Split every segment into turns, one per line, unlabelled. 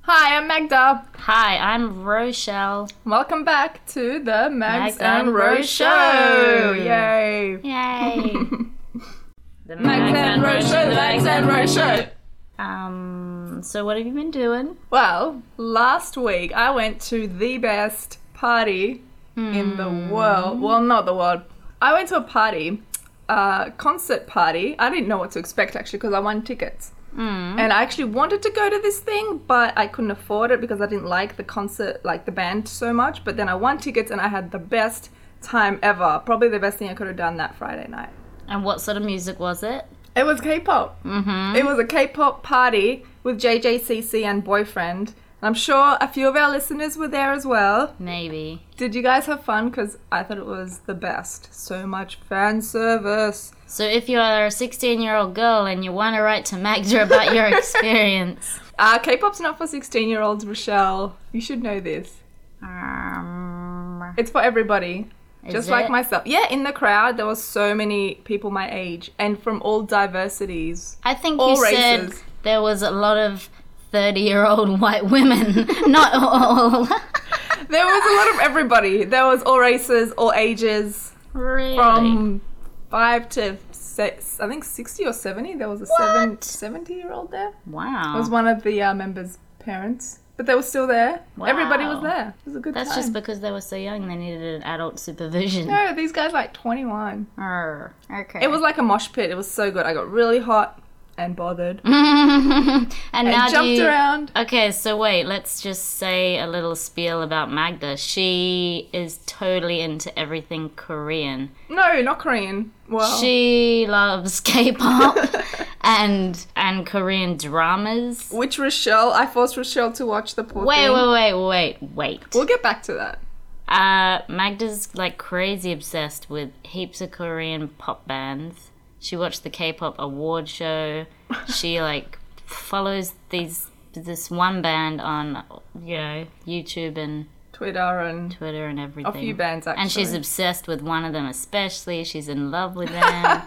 Hi, I'm Magda.
Hi, I'm Rochelle.
Welcome back to the Mags,
Mags
and,
and
Rose
Rose
Show.
Show.
Yay.
Yay! the
Mags and Rose Show, the Mags and Rose Show.
Um, so what have you been doing?
Well, last week I went to the best party in the world. Well, not the world. I went to a party, a concert party. I didn't know what to expect actually because I won tickets.
Mm.
Mm-hmm. And I actually wanted to go to this thing, but I couldn't afford it because I didn't like the concert, like the band so much. But then I won tickets and I had the best time ever. Probably the best thing I could have done that Friday night.
And what sort of music was it?
It was K-pop.
Mm-hmm.
It was a K-pop party with JJCC and boyfriend. And I'm sure a few of our listeners were there as well.
Maybe.
Did you guys have fun? Because I thought it was the best. So much fan service.
So if you are a 16-year-old girl and you want to write to Magda about your experience,
Uh, K-pop's not for 16-year-olds, Rochelle. You should know this.
um,
It's for everybody.
is
just like
it?
myself. Yeah, in the crowd, there was so many people my age and from all diversities.
I think
all
you said
races.
there was a lot of 30-year-old white women. Not all.
There was a lot of everybody. There was all races, all ages,
really?
from five to six, I think 60 or 70. There was a seven, 70 year old there.
wow.
It was one of the uh, members' parents, but they were still there. Everybody was
Wow.
there. It was a good
That's
time.
just because they were so young. They needed an adult supervision.
no, these guys like 21.
Arr, okay.
It was like a mosh pit. It was so good. I got really hot and bothered
and,
and
now do
jumped
you-
around.
Okay, so wait, let's just say a little spiel about Magda. She is totally into everything Korean.
No, not Korean. Well,
She loves K-pop and and Korean dramas.
Which Rochelle? I forced Rochelle to watch the poor
Wait,
thing.
wait, wait, wait, wait.
We'll get back to that.
Uh, Magda's like crazy obsessed with heaps of Korean pop bands. She watched the K-pop award show. She like follows these this one band on you know YouTube and
Twitter and
Twitter and everything.
a few bands actually.
and she's obsessed with one of them especially. She's in love with them.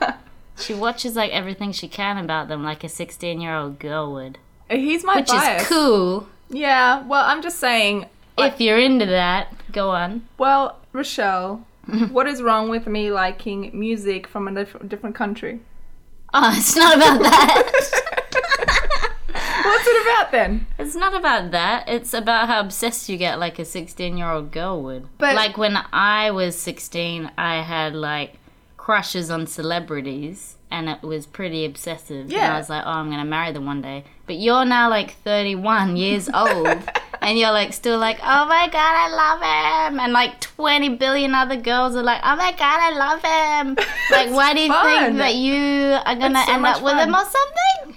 she watches like everything she can about them, like a sixteen-year-old girl would,
Uh, he's my
which
bias.
is cool.
Yeah. Well, I'm just saying.
If you're into that, go on.
Well, Rochelle, what is wrong with me liking music from a dif- different country?
Oh, it's not about that.
What's it about then?
It's not about that. It's about how obsessed you get like a 16 year old girl would.
But-
like when I was 16, I had like crushes on celebrities and it was pretty obsessive. And
Yeah.
I was like, oh, I'm going to marry them one day. But you're now like 31 years old and you're like still like, oh my God, I love him. And like 20 billion other girls are like, oh my God, I love him. Like, why do you
fun.
think that you are going to
It's so
end
much
up with
fun.
him or something?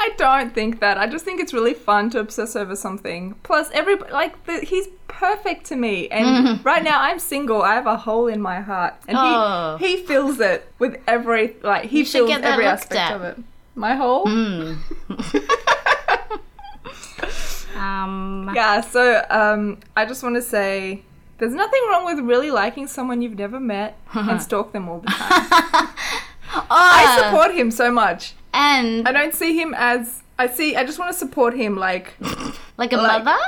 I don't think that. I just think it's really fun to obsess over something. Plus, every like the, he's perfect to me, and right now I'm single. I have a hole in my heart, and
Oh.
he he fills it with every like he
You should
fills
get that
every
looked
aspect
at.
of it. My hole.
Mm. um,
Yeah. So um, I just want to say. There's nothing wrong with really liking someone you've never met and stalk them all the time. I
oh,
support him so much.
and
I don't see him as I see. I just want to support him, like
like a
like-
mother?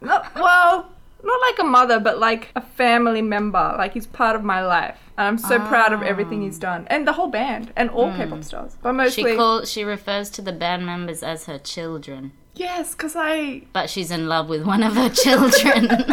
Not well, not like a mother, but like a family member. Like he's part of my life. And I'm so proud of everything he's done, and the whole band, and all K-pop stars, but
Hmm. She
mostly
calls. She refers to the band members as her children,
yes, because I
but she's in love with one of her children.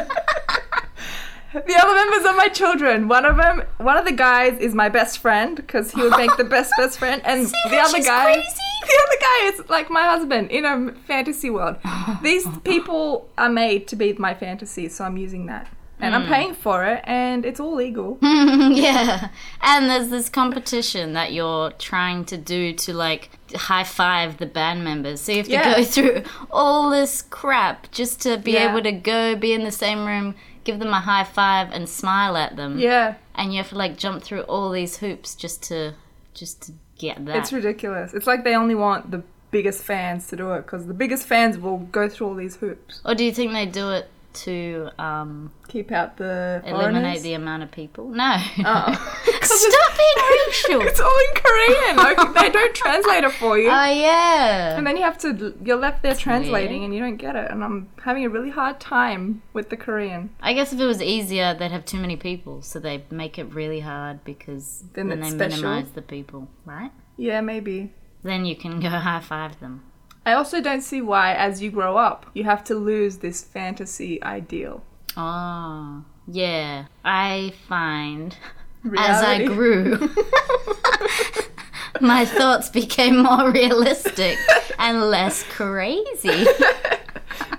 the other members are my children. One of them, one of the guys is my best friend because he would make the best best friend, and
See
the
how
other
she's
guy,
crazy?
the other guy is like my husband in a fantasy world. These people are made to be my fantasy, so I'm using that, and
Hmm.
I'm paying for it, and it's all legal.
yeah, and there's this competition that you're trying to do to like high five the band members. So you have to
Yeah.
go through all this crap just to be
Yeah.
able to go be in the same room, give them a high five, and smile at them.
yeah.
and you have to like jump through all these hoops just to just to get that.
It's ridiculous. It's like they only want the biggest fans to do it because the biggest fans will go through all these hoops.
or do you think they do it to um,
Keep out the
eliminate
foreigners.
the amount of people. No.
Oh. 'Cause it's-
Stop being racial.
It's all in Korean. Like, they don't translate it for you.
Oh yeah.
and then you have to, you're left there translating
weird.
and you don't get it. And I'm having a really hard time with the Korean.
I guess if it was easier, they'd have too many people, so they make it really hard because
Then
then,
it's
they
special.
minimize the people, right?
Yeah, maybe.
Then you can go high five them.
I also don't see why, as you grow up, you have to lose this fantasy ideal.
Oh yeah. I find as I
Reality.
grew, my thoughts became more realistic and less crazy.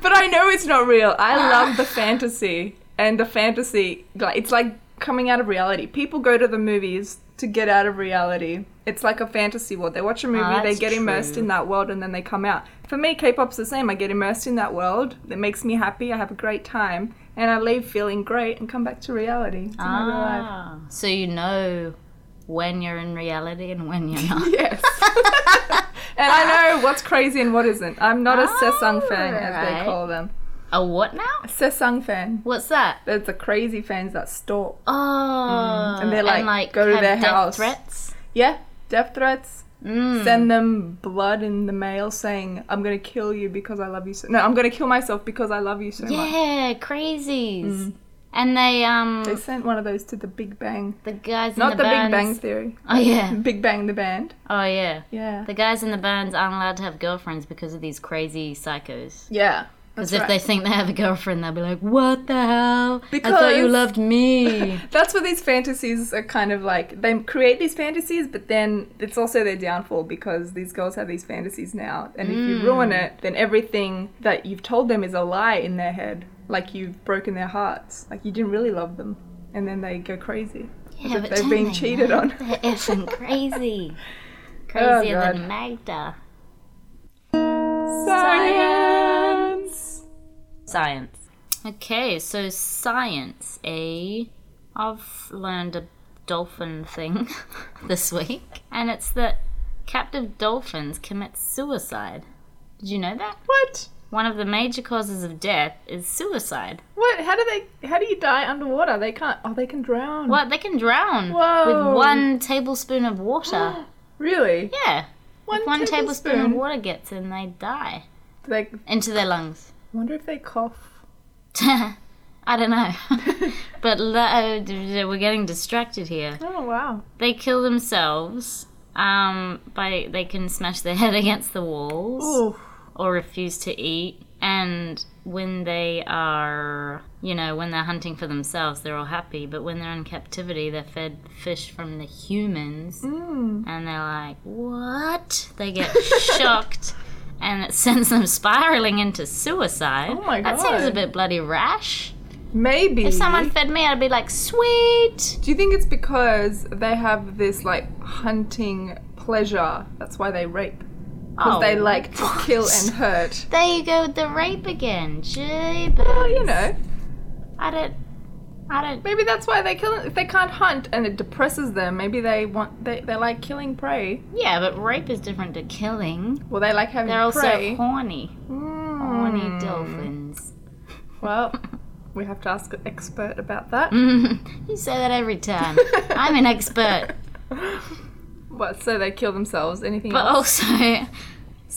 But I know it's not real. I love the fantasy. And the fantasy, like, it's like coming out of reality. People go to the movies to get out of reality. It's like a fantasy world. They watch a movie, they
that's
get immersed
true.
in that world, and then they come out. For me, K pop's the same. I get immersed in that world. It makes me happy. I have a great time. And I leave feeling great and come back to reality. To my real life.
Ah, so you know when you're in reality and when you're not.
Yes. and I know what's crazy and what isn't. I'm not a Sesung fan, as they
Alright.
call them.
A what now?
Sesung fan.
What's that?
There's the crazy fans that stalk.
Oh,
Mm. And they're like, go to
have
their
death
house.
Threats.
Yeah, death threats.
Mm.
Send them blood in the mail saying, I'm going to kill you because I love you so No, I'm going to kill myself because I love you so much.
Yeah, crazies. And they um
Mm. They sent one of those to the Big Bang.
the guys
Not
in
the,
the,
Big
bands.
Bang Mm. Theory.
Oh yeah,
Big Bang, the band.
oh yeah.
Yeah.
The guys in the bands aren't allowed to have girlfriends because of these crazy psychos.
yeah.
Because
That's,
if
right.
they think they have a girlfriend, they'll be like, "What the hell? I thought you
Because-
loved me."
That's what these fantasies are kind of like. They create these fantasies, but then it's also their downfall because these girls have these fantasies now. And if
Mm.
you ruin it, then everything that you've told them is a lie in their head. Like you've broken their hearts. Like you didn't really love them. And then they go crazy.
yeah,
if
but
they've
don't
been
they
cheated
know?
on.
They're effing crazy,
Oh,
crazier
God.
than Magda.
Science!
Science. Okay, so science, eh? I've learned a dolphin thing this week, and it's that captive dolphins commit suicide. Did you know that?
What?
One of the major causes of death is suicide.
What? How do they? How do you die underwater? They can't. Oh, they can drown.
What? They can drown
Whoa.
with one tablespoon of water.
Really?
yeah.
One,
One tablespoon. of water gets in, they die
Do They
into their lungs.
wonder if they cough.
I don't know. but lo- we're getting distracted here.
Oh wow.
they kill themselves um, by they can smash their head against the walls
Ooh.
or refuse to eat and when they are you know when they're hunting for themselves they're all happy but when they're in captivity they're fed fish from the humans
Mm.
and they're like what they get shocked and it sends them spiraling into suicide
Oh my
that seems a
God.
bit bloody rash
Maybe.
if someone fed me i'd be like sweet
Do you think it's because they have this like hunting pleasure? That's why they rape. Because they
Oh.
like to kill and hurt.
There you go with the rape again. Jeebus.
Well, Oh, you know,
I don't. I don't.
maybe that's why they kill. If they can't hunt and it depresses them, maybe they want they, they like killing prey.
Yeah, but rape is different to killing.
Well, they like having
They're also
prey.
horny.
Mm.
Horny dolphins.
Well, we have to ask an expert about that.
you say that every time. I'm an expert.
What? So they kill themselves? Anything
But
else?
also,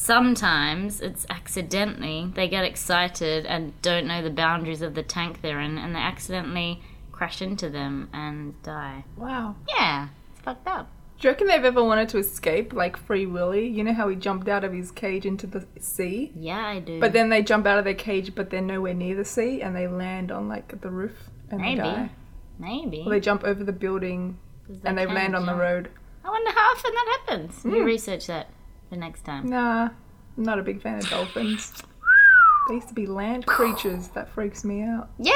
sometimes it's accidentally. They get excited and don't know the boundaries of the tank they're in, and they accidentally crash into them and die.
Wow.
Yeah, it's fucked up.
Do you reckon they've ever wanted to escape, like Free Willy? You know how he jumped out of his cage into the sea?
Yeah, I do.
But then they jump out of their cage, but they're nowhere near the sea, and they land on like the roof and
Maybe.
they die.
Maybe.
Or they jump over the building
'Cause
and they
can
land on the
jump.
road. Hmm.
I wonder how often that happens. We research that the next time.
Nah, I'm not a big fan of dolphins. they used to be land creatures. That freaks me out.
Yeah!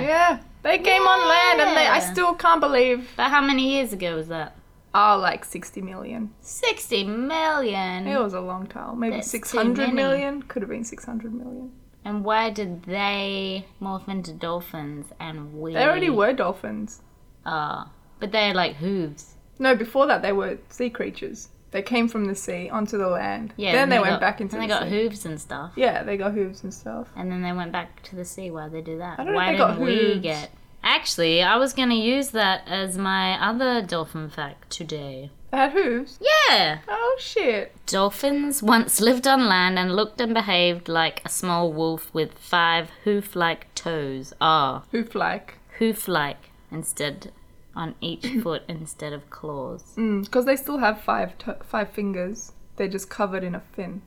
Yeah, they came on land, and they, I
Yeah.
still can't believe.
But how many years ago was that?
Oh, like 60 million.
60 million!
It was a long time. Maybe
That's too
600
many.
million. Could have been 600 million.
And why did they morph into dolphins and we?
They already were dolphins.
Ah. but they're like hooves.
No, before that they were sea creatures. They came from the sea onto the land.
Yeah.
then
and
they, went
got-
back into
And
the
they got
sea.
hooves and stuff.
Yeah, they got hooves and stuff.
And then they went back to the sea. Why'd they do that?
I don't know
Why
if they got
didn't we
hooves.
get. Actually, I was going to use that as my other dolphin fact today.
They had hooves.
Yeah!
Oh shit.
Dolphins once lived on land and looked and behaved like a small wolf with five hoof like toes. Ah,
Hoof like.
hoof like instead on each foot instead of claws.
Because Mm, they still have five to- five fingers. They're just covered in a fin.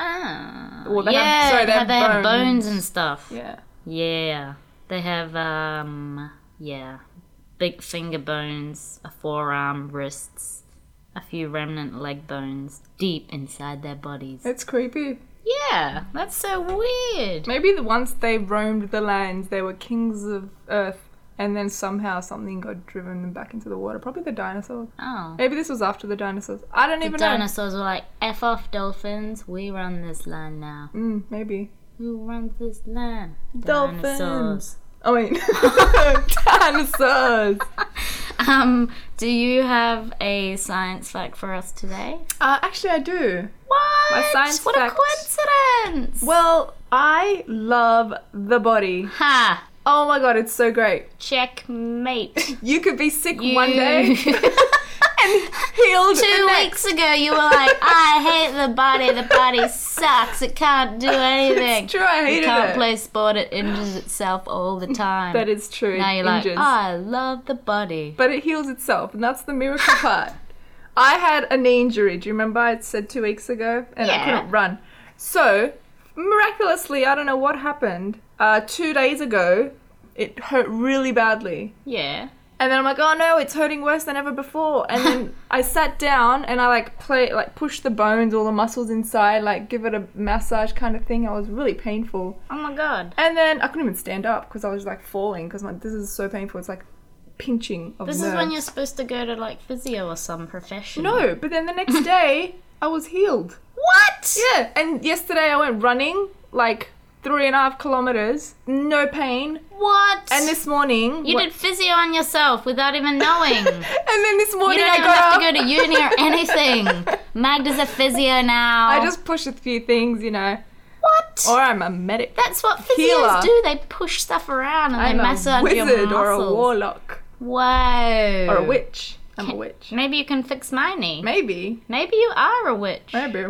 Ah.
Well, they have-
yeah,
sorry, they
how
have
they have bones
bones.
and stuff.
Yeah.
Yeah. They have, um, yeah, big finger bones, a forearm, wrists, a few remnant leg bones deep inside their bodies.
It's creepy.
Yeah, that's so weird.
Maybe the, once they roamed the lands, they were kings of earth, and then somehow something got driven them back into the water. Probably the dinosaurs.
Oh.
Maybe this was after the dinosaurs. I don't
The
even know.
dinosaurs were like, F off dolphins, we run this land now.
Mm, maybe.
Who runs this land?
Dolphins.
Dinosaurs.
Oh wait, dinosaurs.
Um, do you have a science fact for us today?
Uh, actually, I do.
What?
science
what
fact-
a coincidence!
Well, I love the body.
ha!
Oh my god, it's so great.
Checkmate.
You could be sick one
You-
day and healed the
Two
next.
weeks ago, you were like, I hate the body. The body sucks. It can't do anything.
It's true, I
It
hated
can't
it.
play sport. It injures itself all the time.
That is true.
now
it
you're
injures.
like, "Ah." I love the body.
But it heals itself, and that's the miracle part. I had a knee injury. Do you remember I said two weeks ago, and
Yeah.
I couldn't run. So miraculously, I don't know what happened. Uh, two days ago, it hurt really badly.
Yeah.
And then I'm like, oh no, it's hurting worse than ever before. And then I sat down and I like play, like push the bones, all the muscles inside, like give it a massage kind of thing. It was really painful.
Oh my god.
And then I couldn't even stand up because I was like falling because like this is so painful. It's like pinching of
This
nerves.
is when you're supposed to go to like physio or some profession.
no. But then the next day I was healed.
What?
Yeah. And yesterday I went running like three and a half kilometers, no pain.
What?
And this morning
you
wha-
did physio on yourself without even knowing.
and then this
you
morning
don't
I
even
got
have
up.
to go to uni or anything. Magda's a physio now.
I just push a few things, you know,
what?
or I'm a medic.
That's what physios
Healer.
do. They push stuff around and
I'm
they
a
massage your
wizard
muscles.
or a warlock
Whoa.
or a witch. I'm a witch.
Maybe you can fix my knee.
Maybe,
Maybe you are a witch.
maybe.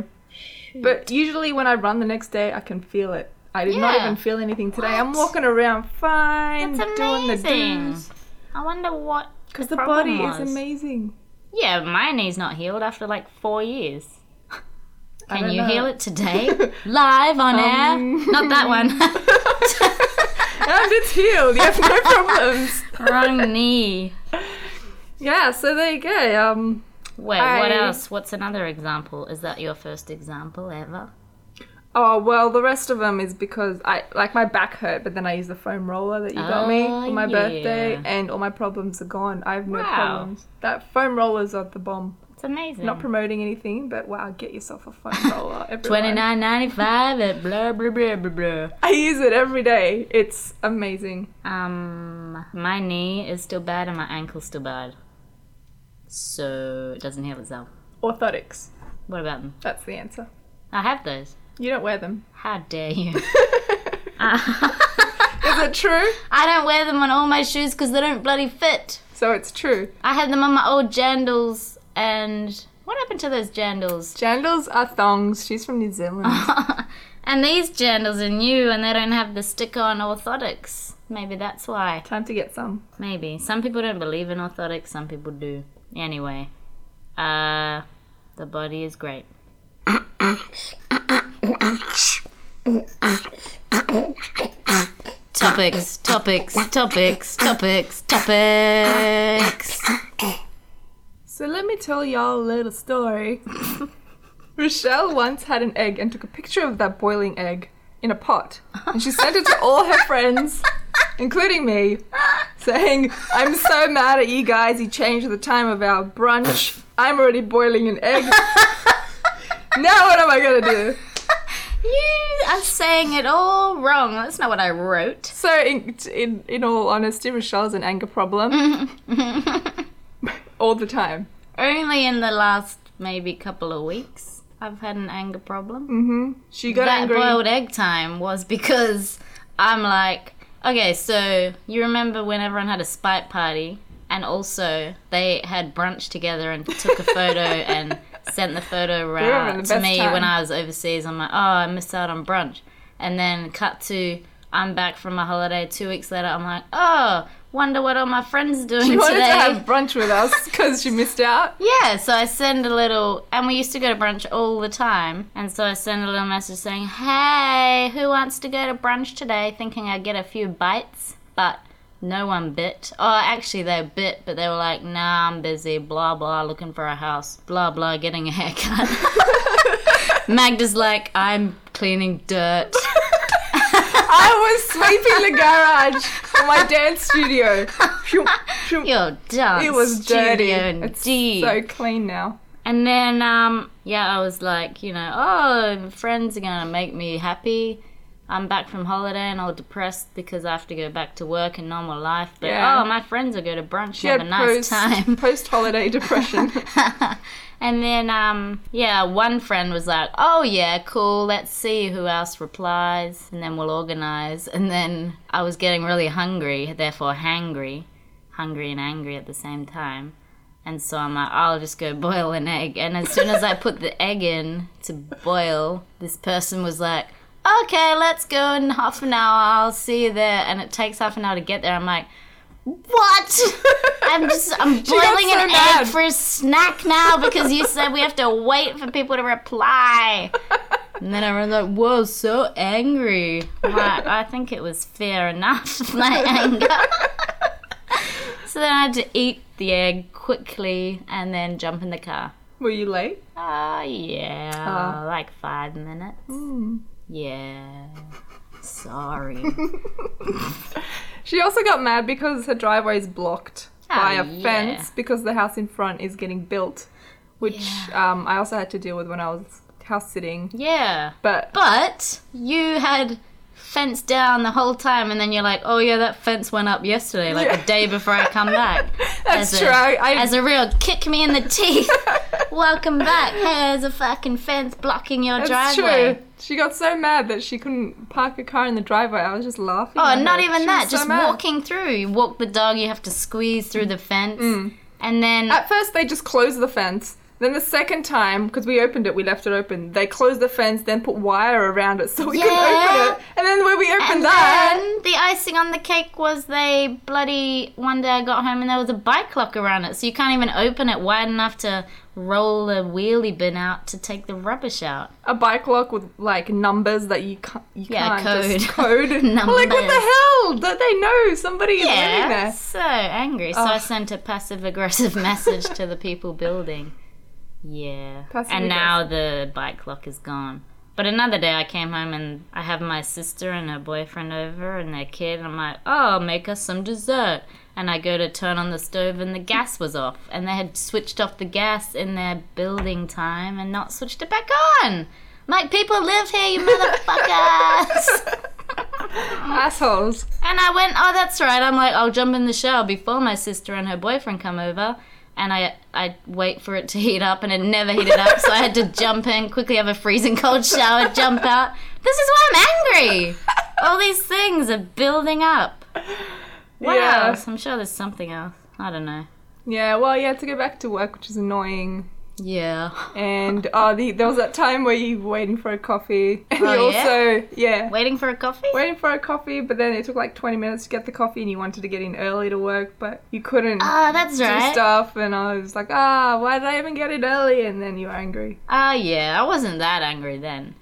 But usually when I run the next day, I can feel it. I did not
Yeah.
even feel anything today. I'm
What?
walking around fine,
That's
doing the
amazing.
do's.
I wonder what.
Because the,
problem
body
was.
is amazing.
Yeah, my knee's not healed after like four years.
I
Can
don't
you
know.
heal it today? Live on air?
Um.
Not that one.
and it's healed. You have no problems.
Wrong knee.
Yeah, so there you go. Um,
Wait, what
I-
else? What's another example? Is that your first example ever?
Oh well, the rest of them is because I like my back hurt, but then I use the foam roller that you got me
Oh,
for my
yeah.
birthday, and all my problems are gone. I have no
Wow.
problems. That foam rollers are the bomb.
It's amazing.
Not promoting anything, but wow, get yourself a foam roller. everyone.
Twenty nine ninety five at blah blah blah blah blah.
I use it every day. It's amazing.
Um, my knee is still bad and my ankle's still bad, so it doesn't heal itself.
Orthotics.
What about them?
That's the answer.
I have those.
You don't wear them.
How dare you? Ah.
is it true?
I don't wear them on all my shoes because they don't bloody fit.
So it's true.
I had them on my old jandals and what happened to those jandals?
Jandals are thongs. She's from New Zealand.
Ah. and these jandals are new and they don't have the stick-on orthotics. Maybe that's why.
Time to get some.
Maybe. Some people don't believe in orthotics, some people do. Anyway, uh, the body is great. topics, topics, topics, topics, topics.
So let me tell y'all a little story. Rochelle once had an egg and took a picture of that boiling egg in a pot. And she sent it to all her friends, including me, saying, I'm so mad at you guys, you changed the time of our brunch. I'm already boiling an egg. now what am I gonna do?
You are saying it all wrong. That's not what I wrote.
So, in, in, in all honesty, Rochelle's
Mm-hmm.
an anger problem all the time.
Only in the last maybe a couple of weeks. I've had an anger problem.
Mm-hmm. She got
that
angry.
boiled egg time was because I'm like, okay, so you remember when everyone had a spite party and also they had brunch together and took a photo and sent the photo
were having
around
the
to
best
me
time.
when I was overseas. I'm like, oh, I missed out on brunch. And then cut to I'm back from my holiday two weeks later. I'm like, oh, wonder what all my friends are doing
She wanted
today.
to have brunch with us because she missed out.
Yeah, so I send a little, and we used to go to brunch all the time. And so I send a little message saying, "Hey, who wants to go to brunch today?" Thinking I get a few bites, but no one bit. Oh, actually they bit, but they were like, "Nah, I'm busy." Blah blah, looking for a house. Blah blah, getting a haircut. Magda's like, "I'm cleaning dirt."
I was sweeping the garage for my dance studio. Shoom, shoom.
You're done.
It was dirty. It's
Indeed.
so clean now.
And then, um, yeah, I was like, you know, oh, friends are gonna make me happy. I'm back from holiday and all depressed because I have to go back to work and normal life. But
Yeah.
oh, my friends will go to brunch
She
and have a
had
nice time.
post holiday depression.
and then, um, yeah, one friend was like, oh, yeah, cool, let's see who else replies and then we'll organize. And then I was getting really hungry, therefore hangry, hungry and angry at the same time. And so I'm like, I'll just go boil an egg. And as soon as I put the egg in to boil, this person was like, okay, let's go in half an hour. I'll see you there. And it takes half an hour to get there. I'm like, what? I'm just, I'm
got
boiling
so
an
mad.
egg for a snack now because you said we have to wait for people to reply. And then everyone's like, whoa, so angry. I'm Like, I think it was fair enough, my anger. So then I had to eat the egg quickly and then jump in the car.
Were you late?
Oh, yeah.
Oh.
Like five minutes.
Hmm.
Yeah. Sorry.
She also got mad because her driveway is blocked by
Ah,
a
yeah.
fence because the house in front is getting built, which um, I also had to deal with when I was house sitting.
yeah.
But
But you had fence down the whole time and then you're like, oh, yeah, that fence went up yesterday, like
Yeah.
the day before I come back.
That's
as
true.
A,
I- I-
As a real kick me in the teeth. Welcome back. Hey, there's a fucking fence blocking your
That's
driveway.
true. She got so mad that she couldn't park her car in the driveway. I was just laughing.
Oh,
at her.
not even
She
that.
was so
Just
mad.
walking through. You walk the dog, you have to squeeze through the fence.
Mm.
And then,
At first, they just closed the fence. Then the second time, because we opened it, we left it open. They closed the fence, then put wire around it so we could
Yeah.
open it. And then when we opened
and
that,
then the icing on the cake was they bloody. One day I got home and there was a bike lock around it, so you can't even open it wide enough to roll a wheelie bin out to take the rubbish out.
a bike lock with like numbers that you can't, you
Yeah,
can't just code.
code.
I'm like, what
Numbers.
the hell? Don't they know somebody is living
Yeah,
there?
so angry. So I sent a passive aggressive message to the people building. Yeah. and now the bike lock is gone. But another day I came home and I have my sister and her boyfriend over and their kid and I'm like, "Oh, make us some dessert." And I go to turn on the stove and the gas was off and they had switched off the gas in their building time and not switched it back on. I'm Like people live here, you motherfuckers.
Assholes.
And I went, oh, that's right. I'm like, I'll jump in the shower before my sister and her boyfriend come over. And I, I wait for it to heat up, and it never heated up. so I had to jump in, quickly have a freezing cold shower, jump out. This is why I'm angry. All these things are building up. What
Yeah.
else? I'm sure there's something else. I don't know.
Yeah, well, you had to go back to work, which is annoying.
Yeah.
And uh, the, there was that time where you were waiting for a coffee. And
Oh,
you
yeah?
also, yeah.
Waiting for a coffee?
waiting for a coffee, but then it took like 20 minutes to get the coffee, and you wanted to get in early to work, but you couldn't
Ah, that's
do
right.
stuff. And I was like, ah, why did I even get in early? And then you were angry.
Ah, yeah. I wasn't that angry then.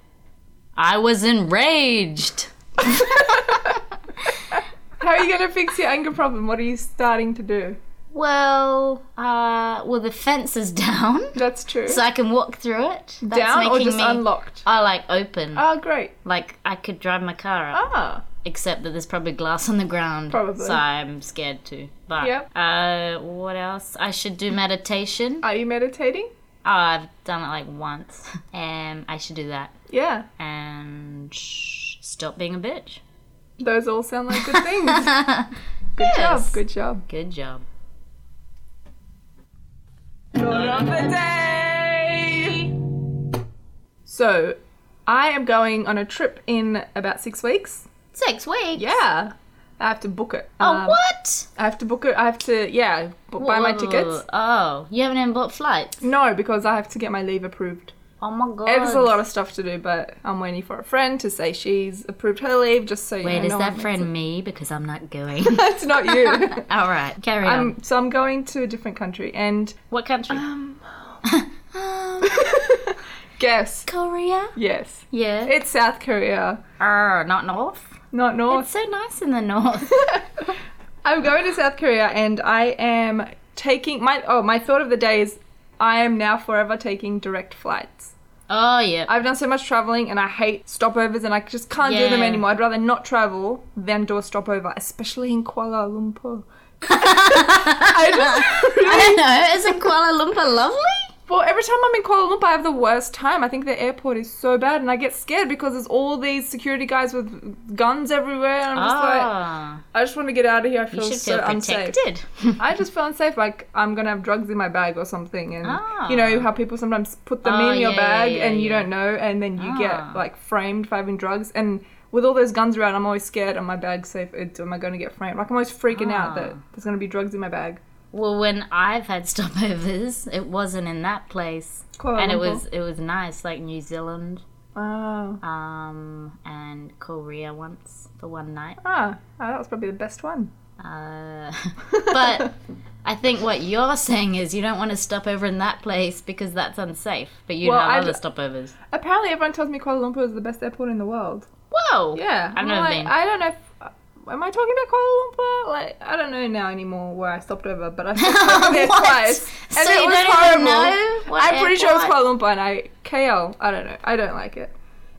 I was enraged.
How are you going to fix your anger problem? What are you starting to do?
Well, uh, well, the fence is down,
That's true.
so I can walk through it. That's
Down or
making
just
me.
unlocked?
I like open.
Oh, great.
Like I could drive my car up,
Ah,
except that there's probably glass on the ground.
Probably.
So I'm scared too. But
Yep.
uh, what else? I should do meditation. Oh,
are you meditating?
I've done it like once. Um, I should do that
Yeah,
and sh- stop being a bitch.
those all sound like good things. good job,
Yes.
good job.
Good job.
Thought of the day. So, I am going on a trip in about six weeks.
Six weeks.
Yeah. I have to book it.
Oh,
Um,
what?
I have to book it. I have to, yeah, bu- buy my tickets.
Oh, you haven't even bought flights.
No, because I have to get my leave approved.
Oh my god.
There's a lot of stuff to do, but I'm waiting for a friend to say she's approved her leave, just so you know.
Wait,
no
is
one
that
makes
friend me? Because I'm not going.
it. That's not you.
All right, carry on.
Um, so I'm going to a different country and
what country?
um, guess.
Korea.
Yes.
Yeah.
It's South Korea,
Uh, not north.
not North.
It's so nice in the north.
I'm going to South Korea and I am taking my oh my thought of the day is I am now forever taking direct flights.
oh yeah.
I've done so much traveling and I hate stopovers and I just can't do them
Yeah.
anymore. I'd rather not travel than do a stopover, especially in Kuala Lumpur. I just-
I don't know. Isn't Kuala Lumpur lovely?
Well, every time I'm in Kuala Lumpur, I have the worst time. I think the airport is so bad, and I get scared because there's all these security guys with guns everywhere. And I'm just like,
Ah,
I just want to get out of here. I
you
feel
should
so
feel
unsafe.
protected.
I just feel unsafe. Like I'm gonna have drugs in my bag or something, and
Ah.
you know how people sometimes put them
Oh,
in your
yeah,
bag
yeah,
and you
yeah.
don't know, and then you
Ah.
get like framed for having drugs. And with all those guns around, I'm always scared. Am my bag safe? Am I gonna get framed? Like I'm always freaking out that
Ah.
there's gonna be drugs in my bag.
Well, when I've had stopovers, it wasn't in that place,
Kuala
and it
Lumpur.
was it was nice, like New Zealand,
Oh.
um, and Korea once for one night.
Ah, ah, that was probably the best one.
Uh, but I think what you're saying is you don't want to stop over in that place because that's unsafe. But you
Well,
have
I
other
d-
stopovers.
Apparently, everyone tells me Kuala Lumpur is the best airport in the world.
Whoa.
Yeah,
I've
I'm
never
like,
been.
I don't know. If, uh, am I talking about Kuala Lumpur? Like, I don't know now anymore where I stopped over, but I stopped over there
What?
twice,
So you don't even know what
I'm pretty sure it was Kuala
airport?
Lumpur, and I KL. I don't know. I don't like it.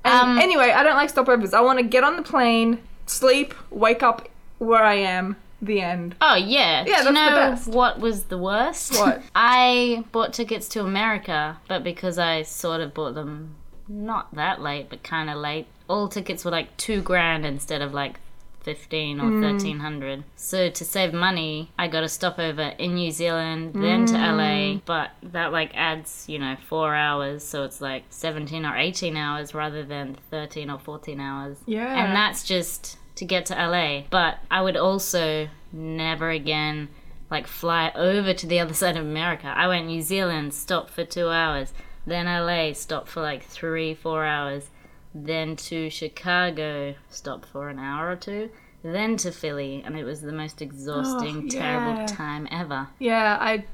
And
Um,
anyway, I don't like stopovers. I want to get on the plane, sleep, wake up where I am. The end.
Oh yeah.
Yeah,
Do you
that's the
know
best.
what was the worst?
What?
I bought tickets to America, but because I sort of bought them not that late, but kind of late, all tickets were like two grand instead of like fifteen
Hmm.
or thirteen hundred. So to save money, I got a stopover in New Zealand, then
Hmm.
to LA, but that like adds you know four hours, so it's like seventeen or eighteen hours rather than thirteen or fourteen hours.
Yeah.
And that's just to get to LA. But I would also never again like fly over to the other side of America. I went New Zealand, stopped for two hours, then LA, stopped for like three, four hours, then to Chicago, stopped for an hour or two, then to Philly, and it was the most exhausting,
Oh, yeah.
terrible time ever.
Yeah, I.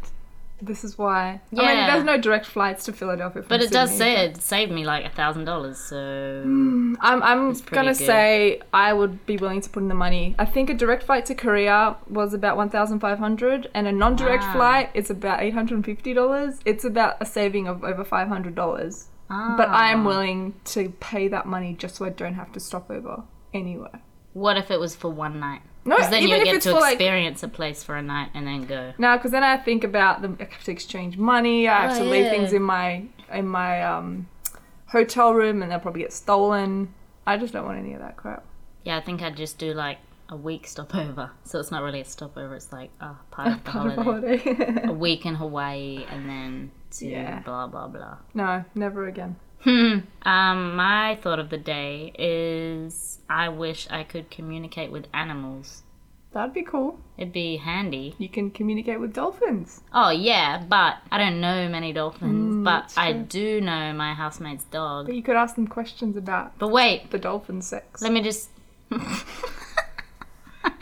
This is why. I mean,
Yeah.
there's no direct flights to Philadelphia. From
But it does
Sydney,
say it saved me like a thousand dollars, so
Mm, I'm, I'm
pretty
gonna
good.
say I would be willing to put in the money. I think a direct flight to Korea was about one thousand five hundred, and a non-direct
Wow.
flight is about eight hundred and fifty dollars. It's about a saving of over five hundred dollars. But I am
Ah.
willing to pay that money just so I don't have to stop over anywhere.
What if it was for one night?
No,
Because then
even
you
if
get
it's
to
for like
experience a place for a night and then go.
now, because then I think about the I have to exchange money. I have
Oh,
to leave
yeah.
things in my in my um, hotel room, and they'll probably get stolen. I just don't want any of that crap.
Yeah, I think I'd just do like a week stopover. So it's not really a stopover. It's like oh, part of the holiday.
Holiday.
A week in Hawaii and then to
Yeah.
blah blah blah.
no, never again.
Hmm. um, my thought of the day is I wish I could communicate with animals.
That'd be cool.
It'd be handy.
You can communicate with dolphins.
Oh yeah, but I don't know many dolphins.
Mm,
but
that's
I
true.
do know my housemate's dog.
But you could ask them questions about
But wait,
the dolphin sex
let me just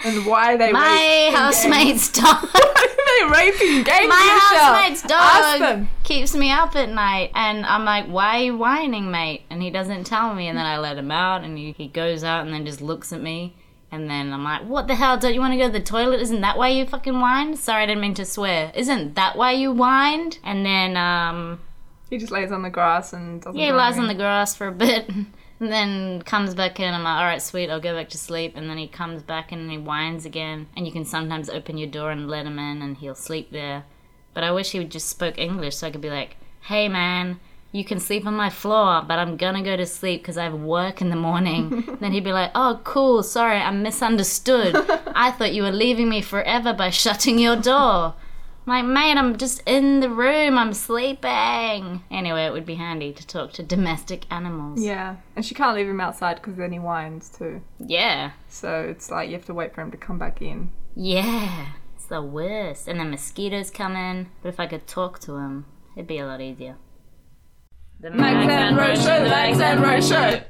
and why they
My
rape
housemate's dog.
they rape in games.
My housemate's
Ask
dog
them.
keeps me up at night, and I'm like, "Why are you whining, mate?" And he doesn't tell me, and then I let him out, and he, he goes out, and then just looks at me, and then I'm like, "What the hell? Don't you want to go to the toilet? Isn't that why you fucking whined? Sorry, I didn't mean to swear. Isn't that why you whined?" And then um,
He just lays on the grass and doesn't.
yeah, he
do
lies on
anything.
the grass for a bit. And then comes back in, I'm like, all right, sweet, I'll go back to sleep. And then he comes back in and he whines again. And you can sometimes open your door and let him in, and he'll sleep there. But I wish he would just spoke English so I could be like, hey, man, you can sleep on my floor, but I'm gonna go to sleep because I have work in the morning. then he'd be like, oh, cool, sorry, I misunderstood. I thought you were leaving me forever by shutting your door. I'm like, mate, I'm just in the room. I'm sleeping. Anyway, it would be handy to talk to domestic animals.
Yeah, and she can't leave him outside because then he whines too.
Yeah.
So it's like you have to wait for him to come back in.
Yeah. It's the worst. And then mosquitoes come in. But if I could talk to him, it'd be a lot easier. The Max and Rochelle, Max and
Roadshow.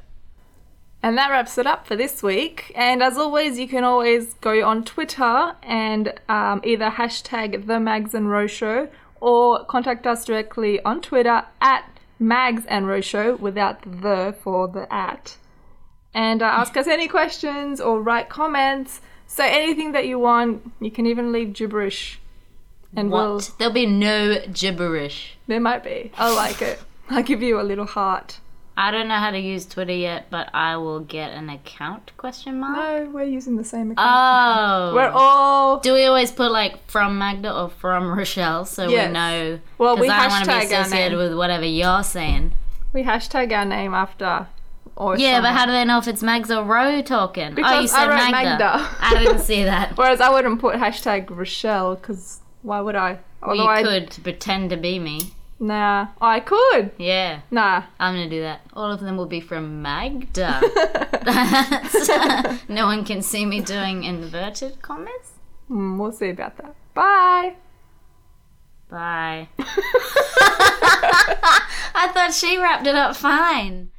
And that wraps it up for this week. And as always, you can always go on Twitter and um, either hashtag the Mags and Roe Show or contact us directly on Twitter at Mags and Roe Show without the the for the at. And uh, ask us any questions or write comments. So anything that you want, you can even leave gibberish. And
What?
we'll,
There'll be no gibberish.
there might be. I like it. I'll give you a little heart.
I don't know how to use Twitter yet, but I will get an account question mark.
No, we're using the same account.
Oh.
we're all
Do we always put like from Magda or from Rochelle so
Yes.
we know?
Well,
'cause
we
I don't wanna
hashtag
be
our
associated
name.
with whatever you're saying.
We hashtag our name after. Or
Yeah, but
someone.
how do they know if it's Mags or Ro talking? oh, you
Because I
said
wrote
Magda.
Magda.
I didn't see that.
Whereas I wouldn't put hashtag Rochelle because why would I? Although
you
I
could pretend to be me.
nah, I could
Yeah,
nah.
I'm gonna do that. All of them will be from Magda. That's- no one can see me doing inverted commas.
Mm, we'll see about that. Bye.
Bye. I thought she wrapped it up fine.